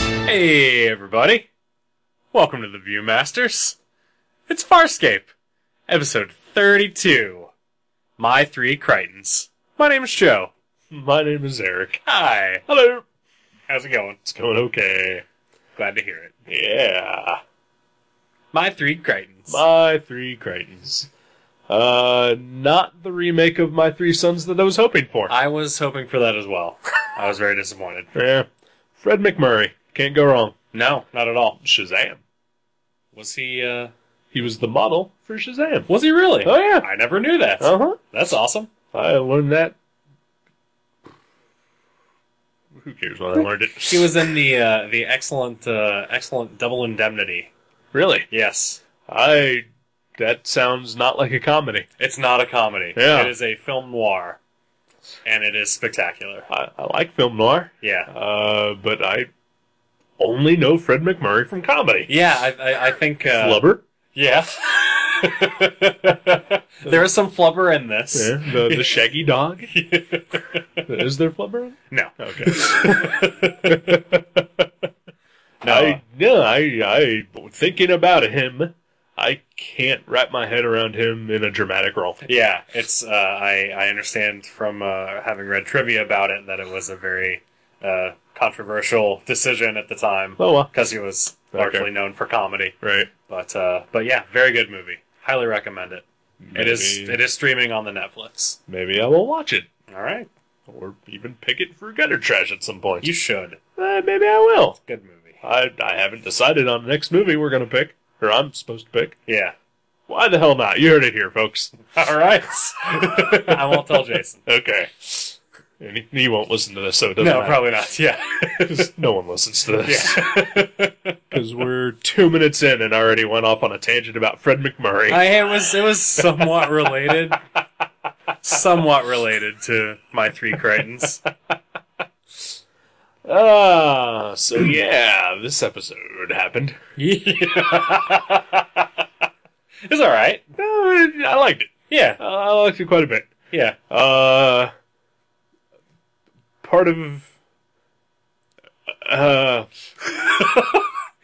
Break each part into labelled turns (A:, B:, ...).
A: Hey, everybody. Welcome to the Viewmasters. It's Farscape, episode 32. My three Crichtons. My name is Joe.
B: My name is Eric.
A: Hi.
B: Hello.
A: How's it going?
B: It's going okay.
A: Glad to hear it.
B: Yeah.
A: My three Crichtons.
B: My Three Crichtons. Uh, not the remake of My Three Sons that I was hoping for.
A: I was hoping for that as well. I was very disappointed.
B: Yeah. Fred McMurray. Can't go wrong.
A: No, not at all.
B: Shazam.
A: Was he, uh,
B: He was the model for Shazam.
A: was he really?
B: Oh, yeah.
A: I never knew that.
B: Uh huh.
A: That's awesome.
B: I learned that. Who cares when I learned it?
A: He was in the, uh, the excellent, uh, excellent Double Indemnity.
B: Really?
A: Yes.
B: I. That sounds not like a comedy.
A: It's not a comedy.
B: Yeah.
A: It is a film noir. And it is spectacular.
B: I, I like film noir.
A: Yeah.
B: Uh, but I only know Fred McMurray from comedy.
A: Yeah, I, I, I think. Uh,
B: Flubber.
A: Yeah. there is some flubber in this.
B: Yeah, the, the shaggy dog. Is there flubber?
A: No.
B: Okay.
A: No.
B: I, no, I, I, thinking about him, I can't wrap my head around him in a dramatic role.
A: yeah, it's. Uh, I, I understand from uh, having read trivia about it that it was a very uh, controversial decision at the time
B: Oh, well.
A: because he was
B: Okay.
A: largely known for comedy.
B: Right.
A: But uh, but yeah, very good movie. Highly recommend it. It is
B: Maybe-
A: it is streaming on the Netflix.
B: Maybe I will watch it.
A: All right,
B: Or even pick it for gutter trash at some point.
A: you should.
B: Uh, maybe I will.
A: Good movie.
B: I, I haven't decided on the next movie we're going to pick, or I'm supposed to pick.
A: Yeah.
B: Why the hell not? You heard it here, folks.
A: All right. I won't tell Jason.
B: Okay. And he, he won't listen to this, so it doesn't
A: No,
B: matter.
A: probably not. Yeah.
B: 'Cause no one listens to this.
A: yeah.
B: Because we're two minutes in and already went off on a tangent about Fred McMurray.
A: I, it was it was somewhat related, somewhat related to my three Crichtons.
B: Ah, so yeah, this episode happened.
A: It's all right.
B: Uh, I liked it.
A: Yeah.
B: Uh, I liked it quite a bit.
A: Yeah.
B: Uh, part of. Uh,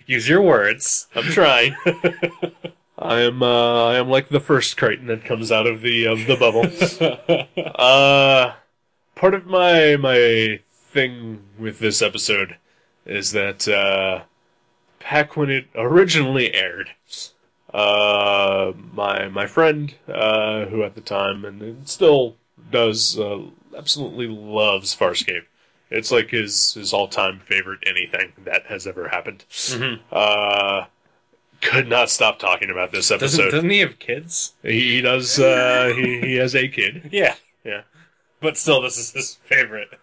A: Use your words.
B: I'm trying. I am. Uh, I am like the first Crichton that comes out of the of the bubble. Uh, part of my my thing with this episode is that uh, back when it originally aired, uh, my my friend uh, who at the time and still does uh, absolutely loves Farscape. It's like his his all time favorite anything that has ever happened. Uh, could not stop talking about this
A: Doesn't
B: episode.
A: doesn't he have kids?
B: He, he does. Uh, he he has a kid.
A: Yeah.
B: Yeah.
A: But still, this is his favorite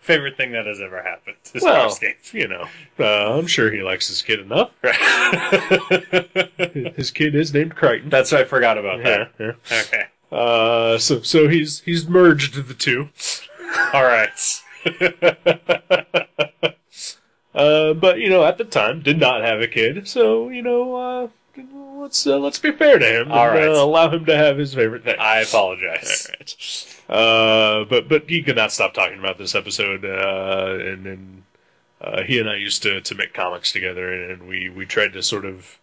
A: favorite thing that has ever happened. Is
B: Well,
A: Farscape.
B: you know, uh, I'm sure he likes his kid enough. his kid is named Crichton.
A: That's what I forgot about
B: Yeah,
A: that.
B: yeah.
A: Okay.
B: Uh, so so he's he's merged the two.
A: All right.
B: Uh, but you know, at the time, did not have a kid. So you know, uh, let's uh, let's be fair to him.
A: All
B: and,
A: right.
B: uh, allow him to have his favorite thing.
A: I
B: All
A: apologize.
B: right. Uh, but but he could not stop talking about this episode, uh, and and uh, he and I used to to make comics together, and, and we we tried to sort of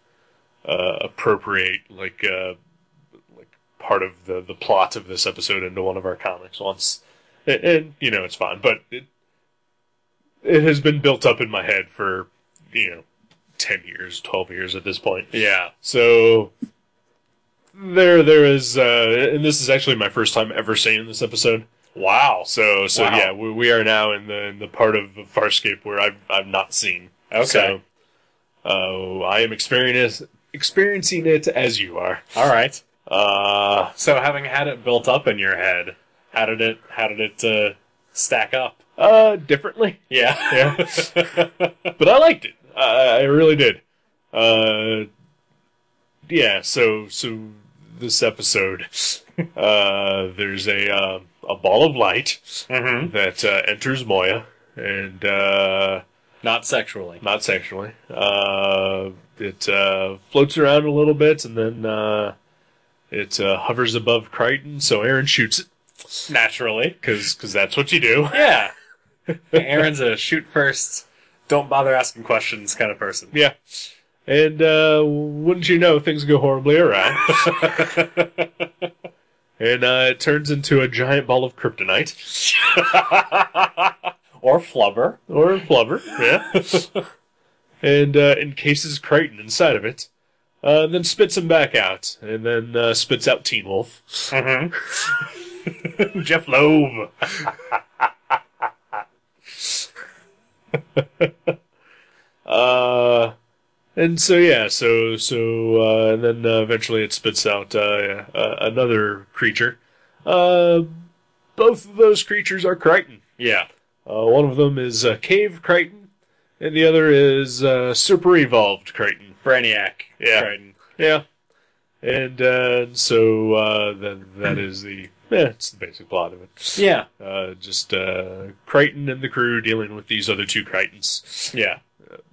B: uh, appropriate like uh, like part of the the plot of this episode into one of our comics once, and, and you know it's fine, but it it has been built up in my head for you know ten years, twelve years at this point.
A: Yeah.
B: So there, there is, uh, and this is actually my first time ever seeing this episode.
A: Wow.
B: So, so
A: Wow.
B: yeah, we, we are now in the in the part of Farscape where I've I've not seen.
A: Okay.
B: So, uh, I am experiencing experiencing it as you are.
A: All right.
B: Uh,
A: So, having had it built up in your head, how did it? How did it uh, stack up?
B: uh, differently.
A: Yeah.
B: Yeah. but I liked it. I, I really did. Uh, yeah. So so this episode, uh, there's a uh, a ball of light
A: hmm
B: that uh, enters Moya, and uh,
A: Not sexually.
B: not sexually. Uh, it uh, floats around a little bit, and then uh, it uh, hovers above Crichton. So Aaron shoots it
A: Naturally.
B: because that's what you do.
A: Yeah. Aaron's a shoot first, don't bother asking questions kind of person.
B: Yeah. And uh, wouldn't you know, things go horribly awry. and uh, it turns into a giant ball of kryptonite
A: or flubber.
B: or a flubber. Yeah. and uh, encases Crichton inside of it. Uh, and then spits him back out, and then uh, spits out Teen Wolf.
A: Mm-hmm. Jeff Loeb.
B: Uh, and so yeah, so so uh, and then uh, eventually it spits out uh, uh, another creature. Uh, both of those creatures are Crichton.
A: Yeah.
B: Uh, one of them is uh, Cave Crichton, and the other is uh, Super Evolved Crichton.
A: Brainiac.
B: Yeah.
A: Crichton.
B: Yeah, and uh, so uh, then that is the yeah, it's the basic plot of it.
A: Yeah.
B: Uh, just uh, Crichton and the crew dealing with these other two Crichtons.
A: Yeah.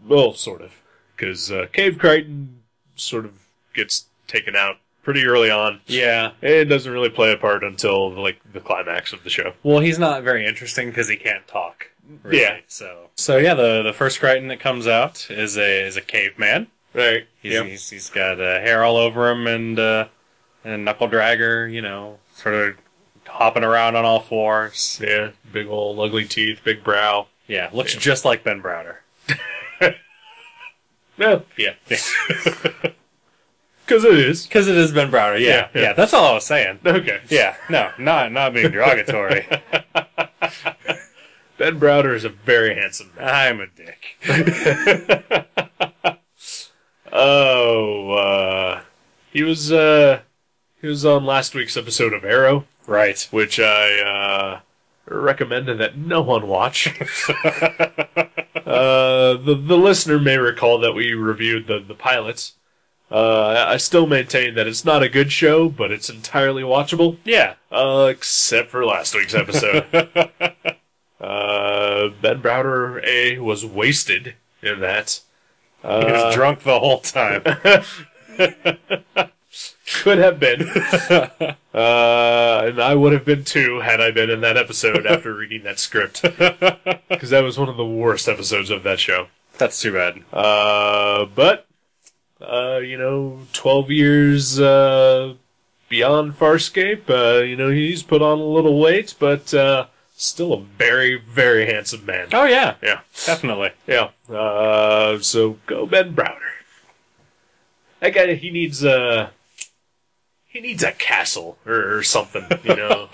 B: Well, sort of. Because uh, Cave Crichton sort of gets taken out pretty early on
A: Yeah.
B: and doesn't really play a part until like the climax of the show.
A: Well, he's not very interesting because he can't talk. really,
B: Yeah.
A: So. So yeah, the the first Crichton that comes out is a is a caveman.
B: Right.
A: He's
B: Yeah.
A: he's, he's got uh, hair all over him and uh, and knuckle dragger. You know, sort of hopping around on all fours.
B: Yeah. Big old ugly teeth, big brow.
A: Yeah. Looks just like Ben Browder.
B: Yeah.
A: Yeah.
B: Because it is.
A: Because it is Ben Browder. Yeah.
B: Yeah, yeah.
A: yeah. That's all I was saying.
B: Okay.
A: Yeah. No. Not not being derogatory.
B: Ben Browder is a very handsome man.
A: I'm a dick.
B: Oh, uh, he was, uh, he was on last week's episode of Arrow,
A: Right.
B: which I, uh, recommend that no one watch. Uh, the the listener may recall that we reviewed the the pilot. Uh, I still maintain that it's not a good show, but it's entirely watchable,
A: yeah.
B: uh, except for last week's episode. uh, ben Browder a was wasted in that.
A: He was drunk the whole time.
B: Could have been, uh, and I would have been too had I been in that episode after reading that script, because that was one of the worst episodes of that show.
A: That's too bad.
B: Uh, but uh, you know, twelve years uh, beyond Farscape, uh, you know, he's put on a little weight, but uh, still a very, very handsome man.
A: Oh yeah.
B: Yeah,
A: Definitely.
B: yeah. Uh, so go Ben Browder. That guy, he needs a he needs a castle or, or something, you know.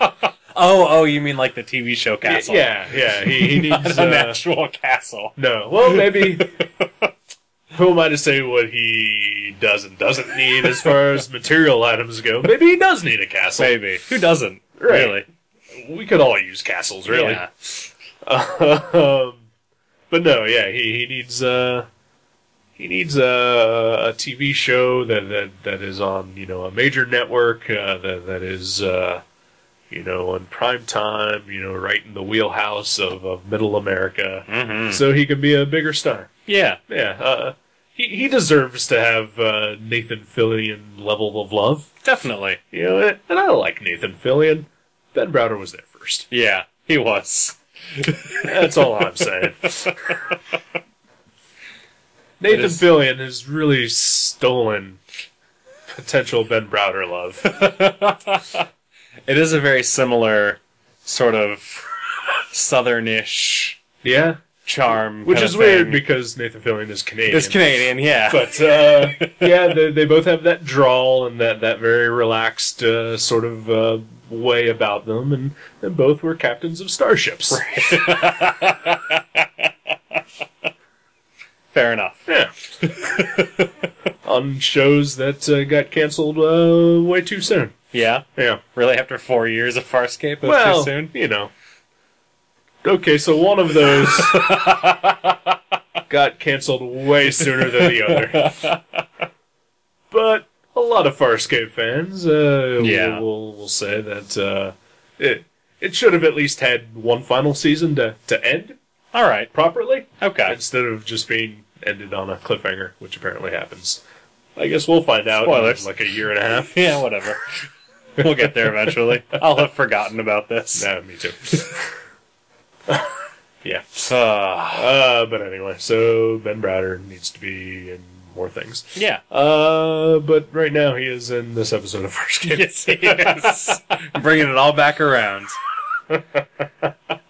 A: Oh, oh, you mean like the TV show Castle?
B: yeah, yeah. He, he needs
A: an
B: uh,
A: actual castle.
B: No. Well, maybe. Who am I to say what he does and doesn't need as far as material items go? Maybe he does need a castle.
A: Maybe. Who doesn't? Really?
B: Right. We could all use castles, really.
A: Yeah.
B: um, but no, yeah, he, he needs uh, he needs uh, a TV show that, that that is on you know a major network uh, that that is uh, you know on prime time, you know right in the wheelhouse of, of middle America, so he can be a bigger star.
A: Mm-hmm. Yeah.
B: Yeah, uh, he he deserves to have uh, Nathan Fillion level of love.
A: Definitely.
B: You know, and and I like Nathan Fillion. Ben Browder was there first.
A: Yeah. He was.
B: That's all I'm saying. Nathan
A: is-
B: Fillion has really stolen potential Ben Browder love.
A: It is a very similar sort of southernish
B: Yeah,
A: charm.
B: which
A: kind
B: is
A: of
B: weird
A: thing.
B: because Nathan Fillion is Canadian.
A: it's Canadian, yeah.
B: but uh, yeah, they, they both have that drawl and that, that very relaxed uh, sort of uh, way about them, and, and both were captains of starships.
A: fair enough.
B: Yeah. On shows that uh, got canceled uh, way too soon.
A: Yeah.
B: Yeah.
A: Really after four years of Farscape it was
B: well,
A: too soon?
B: you know. Okay, so one of those got canceled way sooner than the other. But a lot of Farscape fans uh,
A: Yeah.
B: will, will, will say that uh, it, it should have at least had one final season to, to end
A: Alright.
B: properly
A: Okay.
B: instead of just being ended on a cliffhanger, which apparently happens. I guess we'll find out
A: Spoilers.
B: in like a year and a half.
A: Yeah, whatever. we'll get there eventually. I'll have forgotten about this.
B: Nah, me too. Yeah. Uh, but anyway, so Ben Browder needs to be in more things.
A: Yeah.
B: Uh, but right now he is in this episode of First Game.
A: Yes, he is. Bringing it all back around.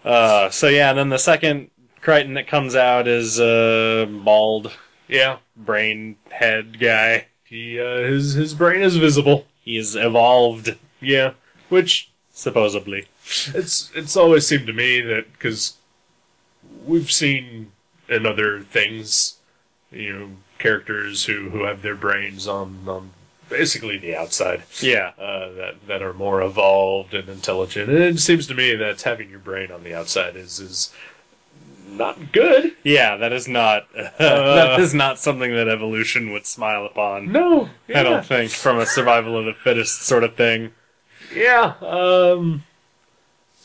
A: Uh, so yeah, and then the second Crichton that comes out is uh, bald
B: yeah.
A: brain head guy.
B: He uh, his his brain is visible.
A: He's evolved,
B: Yeah. Which
A: supposedly.
B: it's it's always seemed to me that because we've seen in other things, you know, characters who who have their brains on on basically the outside.
A: Yeah.
B: uh, that that are more evolved and intelligent. And it seems to me that having your brain on the outside is is not good.
A: Yeah, that is not that is not something that evolution would smile upon.
B: No,
A: I don't think from a survival of the fittest sort of thing.
B: Yeah, um,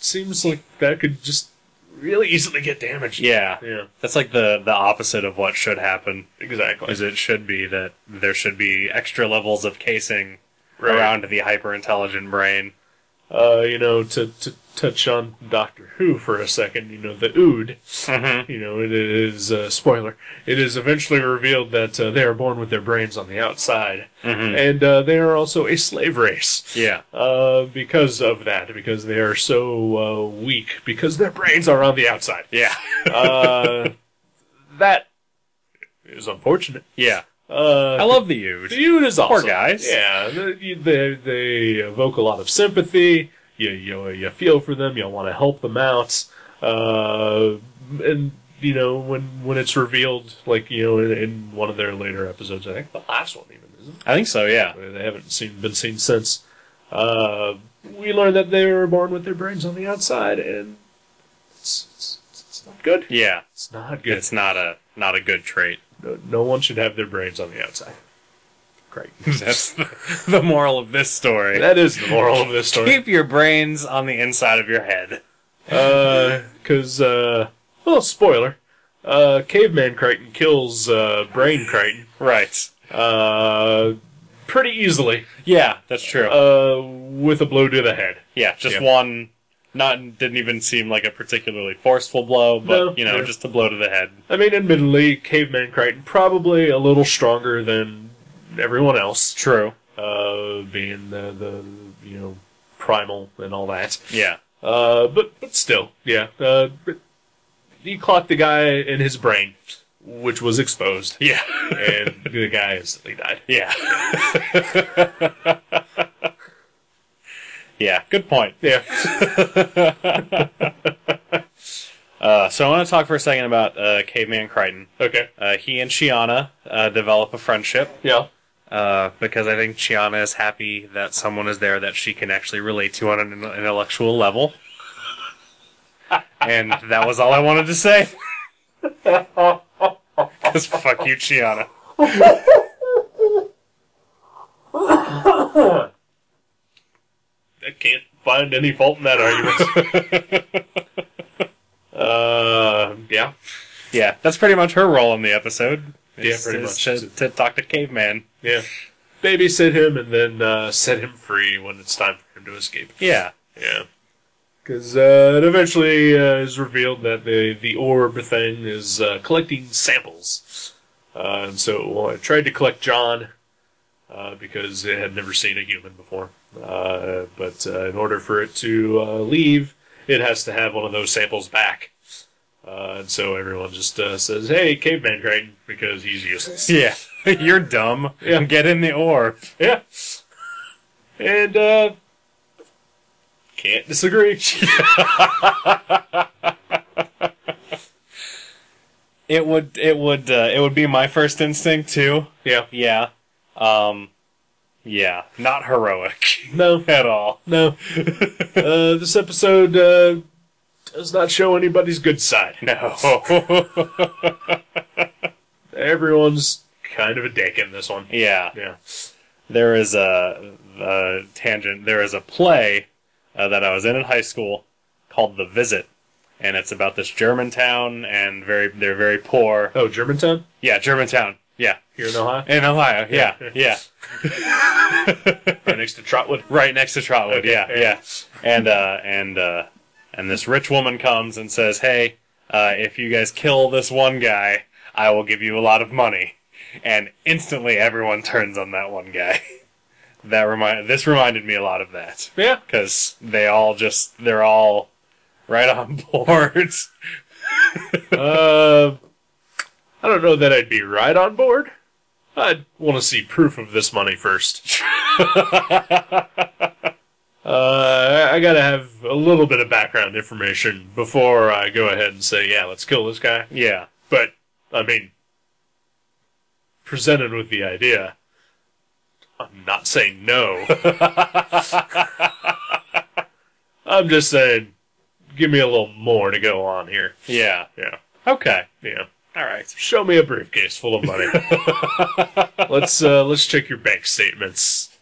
B: seems like that could just really easily get damaged.
A: Yeah.
B: yeah,
A: That's like the the opposite of what should happen.
B: exactly.
A: Is it should be that there should be extra levels of casing
B: Right.
A: around the hyper intelligent brain.
B: Uh, you know, to to touch on Doctor Who for a second, you know, the Ood.
A: Mm-hmm.
B: You know, it is uh, spoiler. It is eventually revealed that uh, they are born with their brains on the outside, and uh, they are also a slave race.
A: Mm-hmm. Yeah.
B: Uh, because of that, because they are so uh, weak, because their brains are on the outside.
A: Yeah.
B: Uh, that is unfortunate.
A: Yeah.
B: Uh,
A: I love the Ude.
B: the unit is awesome.
A: guys.
B: Yeah, they, they, they evoke a lot of sympathy. You, you you feel for them. You want to help them out. Uh, and you know when when it's revealed, like you know in, in one of their later episodes, I think the last one even isn't. it?
A: I think so, yeah.
B: They haven't seen been seen since. Uh, we learned that they were born with their brains on the outside, and it's, it's, it's not good.
A: Yeah.
B: It's not good.
A: It's not a not a good trait.
B: No, no one should have their brains on the outside. Great.
A: That's the, the moral of this story.
B: that is the moral of this story.
A: Keep your brains on the inside of your head.
B: Because, uh, well, spoiler. Uh, Caveman Crichton kills uh, Brain Crichton
A: Right.
B: uh, pretty easily
A: Yeah, that's true.
B: uh, with a blow to the head.
A: yeah, just
B: yeah.
A: one. Not didn't even seem like a particularly forceful blow, but
B: No,
A: you know,
B: yeah.
A: just a blow to the head.
B: I mean, admittedly, Caveman Crichton probably a little stronger than everyone else,
A: True.
B: uh, being the, the you know primal and all that.
A: Yeah.
B: Uh, but but still, yeah. Uh, but he clocked the guy in his brain, which was exposed,
A: Yeah.
B: and the guy instantly died.
A: yeah. yeah. Good point.
B: Yeah,
A: Uh, so I want to talk for a second about uh, Caveman Crichton.
B: okay,
A: Uh, he and Shiana uh, develop a friendship.
B: yeah,
A: uh, because I think Chiana is happy that someone is there that she can actually relate to on an in- intellectual level. and that was all I wanted to say. Because fuck you, Chiana.
B: I can't find any fault in that argument. uh, yeah,
A: Yeah, that's pretty much her role in the episode.
B: Yeah, pretty
A: is
B: much.
A: To, to talk to caveman.
B: yeah. Babysit him and then uh, set him free when it's time for him to escape.
A: Yeah,
B: Yeah. Because uh, it eventually uh, is revealed that the, the orb thing is uh, collecting samples. Uh, and so well, it tried to collect John uh, because it had never seen a human before. Uh, but uh, in order for it to uh, leave, it has to have one of those samples back. Uh, and so everyone just uh, says, hey, Caveman Crichton, because he's useless.
A: yeah. You're dumb.
B: Yeah.
A: Get in the orb.
B: Yeah. And, uh, can't disagree.
A: It would. It would. Uh, it would be my first instinct too.
B: yeah.
A: Yeah. Um. Yeah. Not heroic
B: No.
A: at all.
B: No. uh, this episode uh, does not show anybody's good side.
A: No.
B: Everyone's kind of a dick in this one.
A: yeah.
B: Yeah.
A: There is a, a tangent. There is a play uh, that I was in in high school called The Visit. And it's about this German town and very they're very poor.
B: Oh, Germantown?
A: Yeah, Germantown. Yeah.
B: Here in Ohio?
A: In Ohio. Yeah.
B: Yeah.
A: Yeah.
B: right next to Trotwood?
A: Right next to Trotwood.
B: Okay,
A: Yeah.
B: yeah.
A: Yeah. And uh and uh and this rich woman comes and says, "Hey, uh, if you guys kill this one guy, I will give you a lot of money. And instantly everyone turns on that one guy. that remind this reminded me a lot of that
B: Yeah.
A: because they all just they're all right on board.
B: Uh, I don't know that I'd be right on board. I'd want to see proof of this money first. uh, I gotta have a little bit of background information before I go ahead and say, yeah, let's kill this guy.
A: yeah,
B: But, I mean, presented with the idea, I'm not saying no. I'm just saying, give me a little more to go on here.
A: yeah.
B: Yeah,
A: Okay,
B: yeah.
A: all right.
B: Show me a briefcase full of money. let's uh, let's check your bank statements,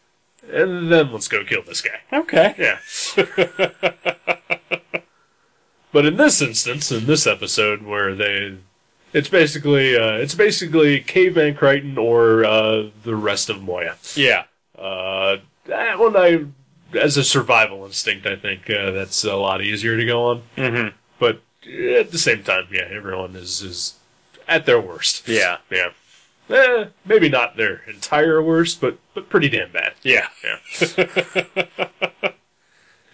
B: and then let's go kill this guy.
A: Okay.
B: Yeah. but in this instance, in this episode, where they, it's basically uh, it's basically caveman Crichton or uh, the rest of Moya.
A: Yeah.
B: Uh, that one I, as a survival instinct, I think uh, that's a lot easier to go on.
A: Mm-hmm.
B: But eh, at the same time, yeah, everyone is is at their worst.
A: Yeah.
B: Yeah. Eh, maybe not their entire worst, but but pretty damn bad.
A: Yeah.
B: Yeah.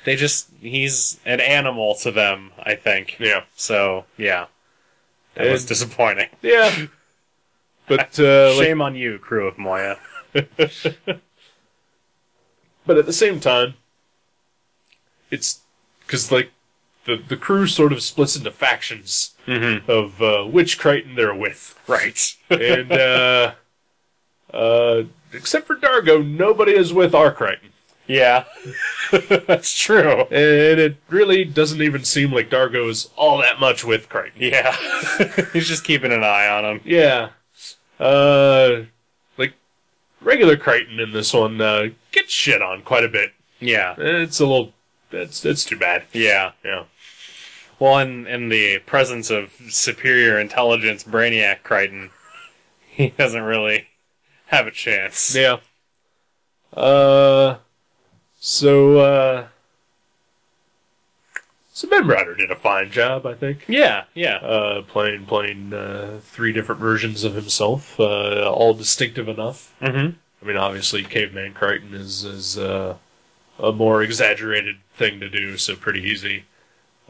A: They just he's an animal to them, I think.
B: Yeah.
A: So yeah. That was
B: And-
A: disappointing.
B: Yeah. But uh, like,
A: Shame on you, crew of Moya.
B: but at the same time, it's because like the the crew sort of splits into factions
A: Mm-hmm.
B: of uh, which Crichton they're with,
A: Right.
B: and uh, uh, except for Dargo, nobody is with our Crichton,
A: yeah. That's true.
B: and it really doesn't even seem like Dargo is all that much with Crichton.
A: Yeah. he's just keeping an eye on him.
B: Yeah. Uh, like regular Crichton in this one uh, gets shit on quite a bit.
A: Yeah.
B: It's a little. That's that's too bad.
A: Yeah.
B: Yeah.
A: Well, in in the presence of superior intelligence, Brainiac Crichton, he doesn't really have a chance.
B: Yeah. Uh, so uh, so Ben Ryder did a fine job, I think.
A: Yeah. Yeah.
B: Uh, playing playing uh, three different versions of himself, uh, all distinctive enough.
A: Mm-hmm.
B: I mean, obviously, Caveman Crichton is is uh, a more exaggerated thing to do, so pretty easy.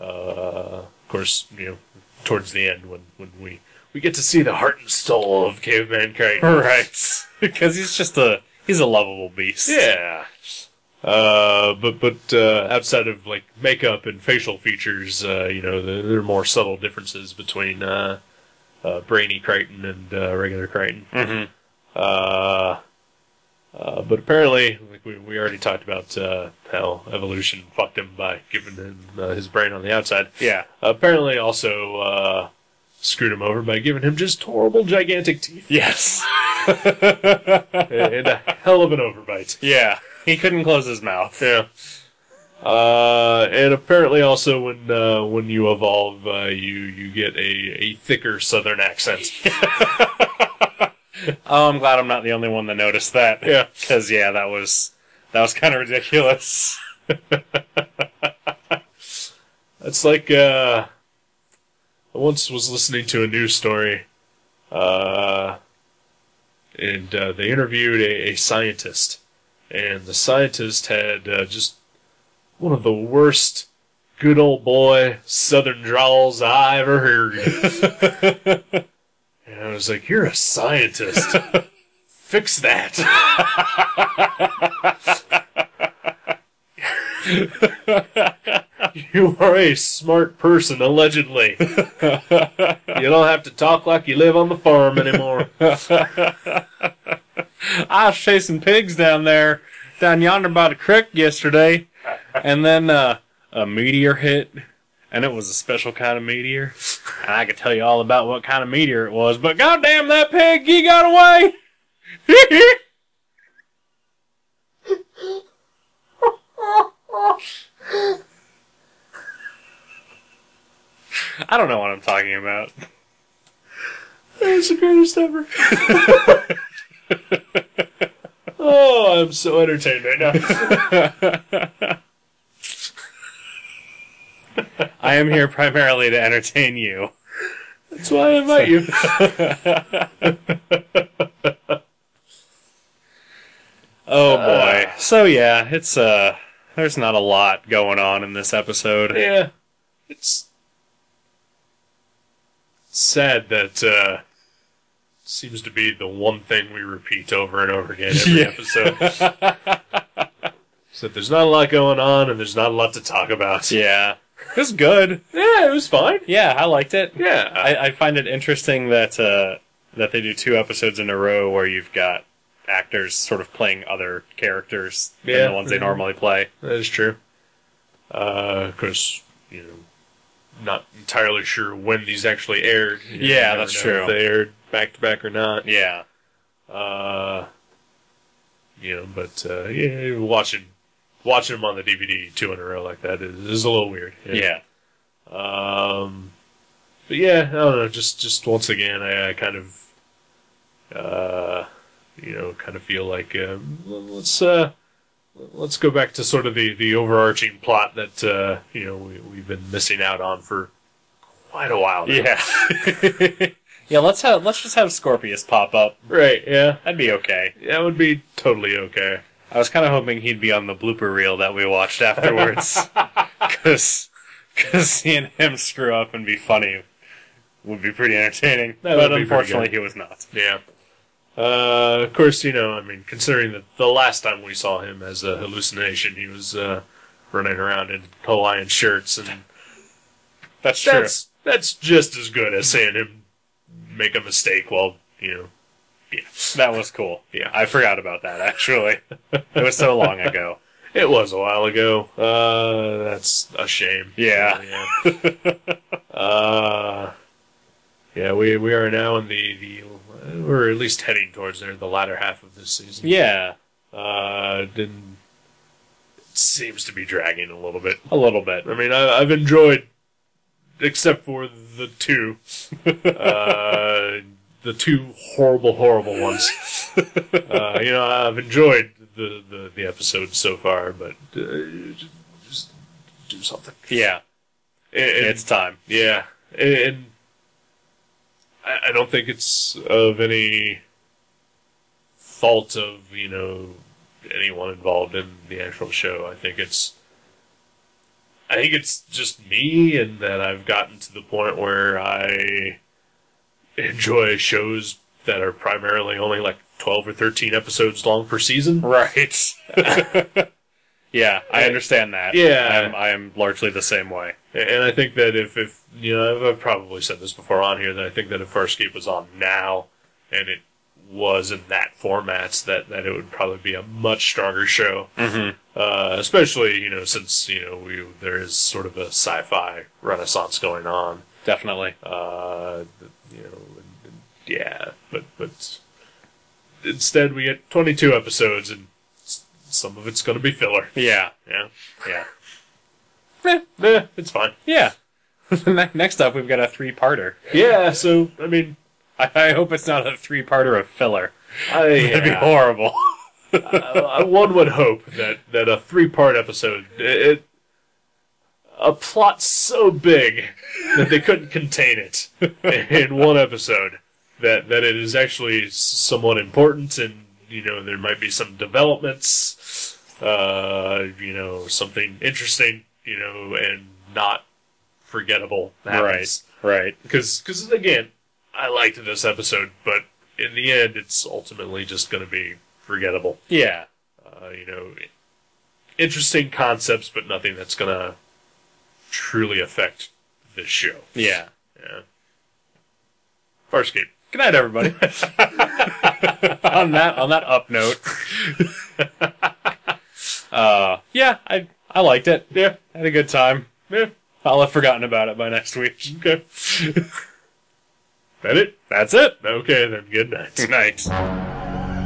B: Uh, of course, you know, towards the end when when we we get to see the heart and soul of Caveman Crichton,
A: Right. because he's just a he's a lovable beast.
B: Yeah. Uh, but but uh, outside of like makeup and facial features, uh, you know, there, there are more subtle differences between uh, uh, brainy Crichton and uh, regular Crichton.
A: Mm-hmm.
B: Uh, uh, but apparently, like we, we already talked about uh, how evolution fucked him by giving him uh, his brain on the outside.
A: Yeah.
B: Apparently, also uh, screwed him over by giving him just horrible, gigantic teeth
A: Yes.
B: and a hell of an overbite.
A: yeah. He couldn't close his mouth.
B: Yeah. Uh, and apparently, also when uh, when you evolve, uh, you you get a, a thicker Southern accent.
A: Oh, I'm glad I'm not the only one that noticed that.
B: Yeah.
A: Because yeah, that was that was kind of ridiculous.
B: That's like uh, I once was listening to a news story, uh, and uh, they interviewed a, a scientist, and the scientist had uh, just one of the worst good old boy Southern drawls I ever heard. and I was like, "You're a scientist. Fix that." You are a smart person, allegedly. you don't have to talk like you live on the farm anymore.
A: I was chasing pigs down there, down yonder by the creek yesterday, and then uh, a meteor hit, and it was a special kind of meteor. And I could tell you all about what kind of meteor it was, but goddamn that pig, he got away! I don't know what I'm talking about.
B: That's the greatest ever. oh, I'm so entertained right now.
A: I am here primarily to entertain you.
B: That's why I invite you.
A: Oh boy.
B: Uh.
A: so yeah, it's uh there's not a lot going on in this episode.
B: yeah, it's sad that uh, seems to be the one thing we repeat over and over again every
A: Yeah.
B: episode. Is that there's not a lot going on and there's not a lot to talk about.
A: Yeah. It was good.
B: Yeah, it was fine.
A: Yeah, I liked it.
B: Yeah,
A: I, I find it interesting that uh that they do two episodes in a row where you've got actors sort of playing other characters
B: Yeah.
A: than the ones they
B: Mhm.
A: normally play.
B: That is true. Uh, of course, you know, not entirely sure when these actually aired. You
A: Yeah,
B: never
A: that's
B: know
A: true.
B: If they aired back to back or not.
A: Yeah.
B: Uh, you know, but uh, yeah, watching watching them on the DVD two in a row like that is, is a little weird.
A: Yeah.
B: Um, but yeah, I don't know. Just just once again, I, I kind of, uh, you know, kind of feel like um, l- let's uh, let's go back to sort of the the overarching plot that uh, you know we, we've been missing out on for quite a while. now.
A: Yeah. Yeah, let's have let's just have Scorpius pop up.
B: Right. Yeah.
A: That'd be okay.
B: That would be totally okay.
A: I was kind of hoping he'd be on the blooper reel that we watched afterwards. Because seeing him screw up and be funny would be pretty entertaining.
B: That would
A: but
B: be pretty
A: unfortunately,
B: good.
A: he was not.
B: Yeah. Uh, of course, you know, I mean, considering that the last time we saw him as a hallucination, he was uh, running around in Hawaiian shirts and
A: That's true.
B: that's that's just as good as seeing him make a mistake while you know.
A: that was cool.
B: Yeah.
A: I forgot about that, actually. it was so long ago.
B: It was a while ago. Uh, that's a shame.
A: Yeah.
B: Yeah. uh, yeah. We we are now in the the we're at least heading towards there the latter half of this season.
A: Yeah,
B: Uh, didn't it seems to be dragging a little bit.
A: a little bit.
B: I mean, I, I've enjoyed, except for the two, uh, the two horrible, horrible ones. Uh, you know, I've enjoyed the, the, the episode so far, but uh, just, just do something.
A: Yeah,
B: And, and-
A: it's time.
B: yeah, and, and I, I don't think it's of any fault of you know anyone involved in the actual show. I think it's I think it's just me, and that I've gotten to the point where I enjoy shows that are primarily only like twelve or thirteen episodes long per season.
A: Right. yeah, I understand that.
B: Yeah.
A: I'm, I'm largely the same way.
B: And I think that if, if you know, I've, I've probably said this before on here, that I think that if Farscape was on now and it was in that format, that, that it would probably be a much stronger show.
A: Mm-hmm.
B: Uh, especially, you know, since, you know, we, there is sort of a sci fi renaissance going on.
A: Definitely.
B: Uh, you know, and, and- yeah, but, but instead we get 22 episodes and s- some of it's going to be filler.
A: Yeah,
B: Yeah.
A: yeah.
B: Eh, it's fine.
A: Yeah. Ne- Next up, we've got a three-parter.
B: Yeah, so, I mean,
A: I, I hope it's not a three-parter of filler.
B: I,
A: That'd be horrible.
B: uh, one would hope that, that a three part episode, it, it- a plot so big that they couldn't contain it in one episode, that, that it is actually somewhat important, and you know there might be some developments, uh, you know something interesting, you know, and not forgettable happens.
A: right.
B: Because again, I liked this episode, but in the end, it's ultimately just going to be forgettable
A: Yeah.
B: uh, you know, interesting concepts, but nothing that's gonna truly affect this show.
A: Yeah.
B: Yeah. Farscape.
A: Good night, everybody. on that on that up note. uh, yeah, I I liked it.
B: Yeah.
A: Had a good time. Eh,
B: Yeah.
A: I'll have forgotten about it by next week.
B: Okay. that it?
A: That's it.
B: Okay, then. Good night.
A: Night.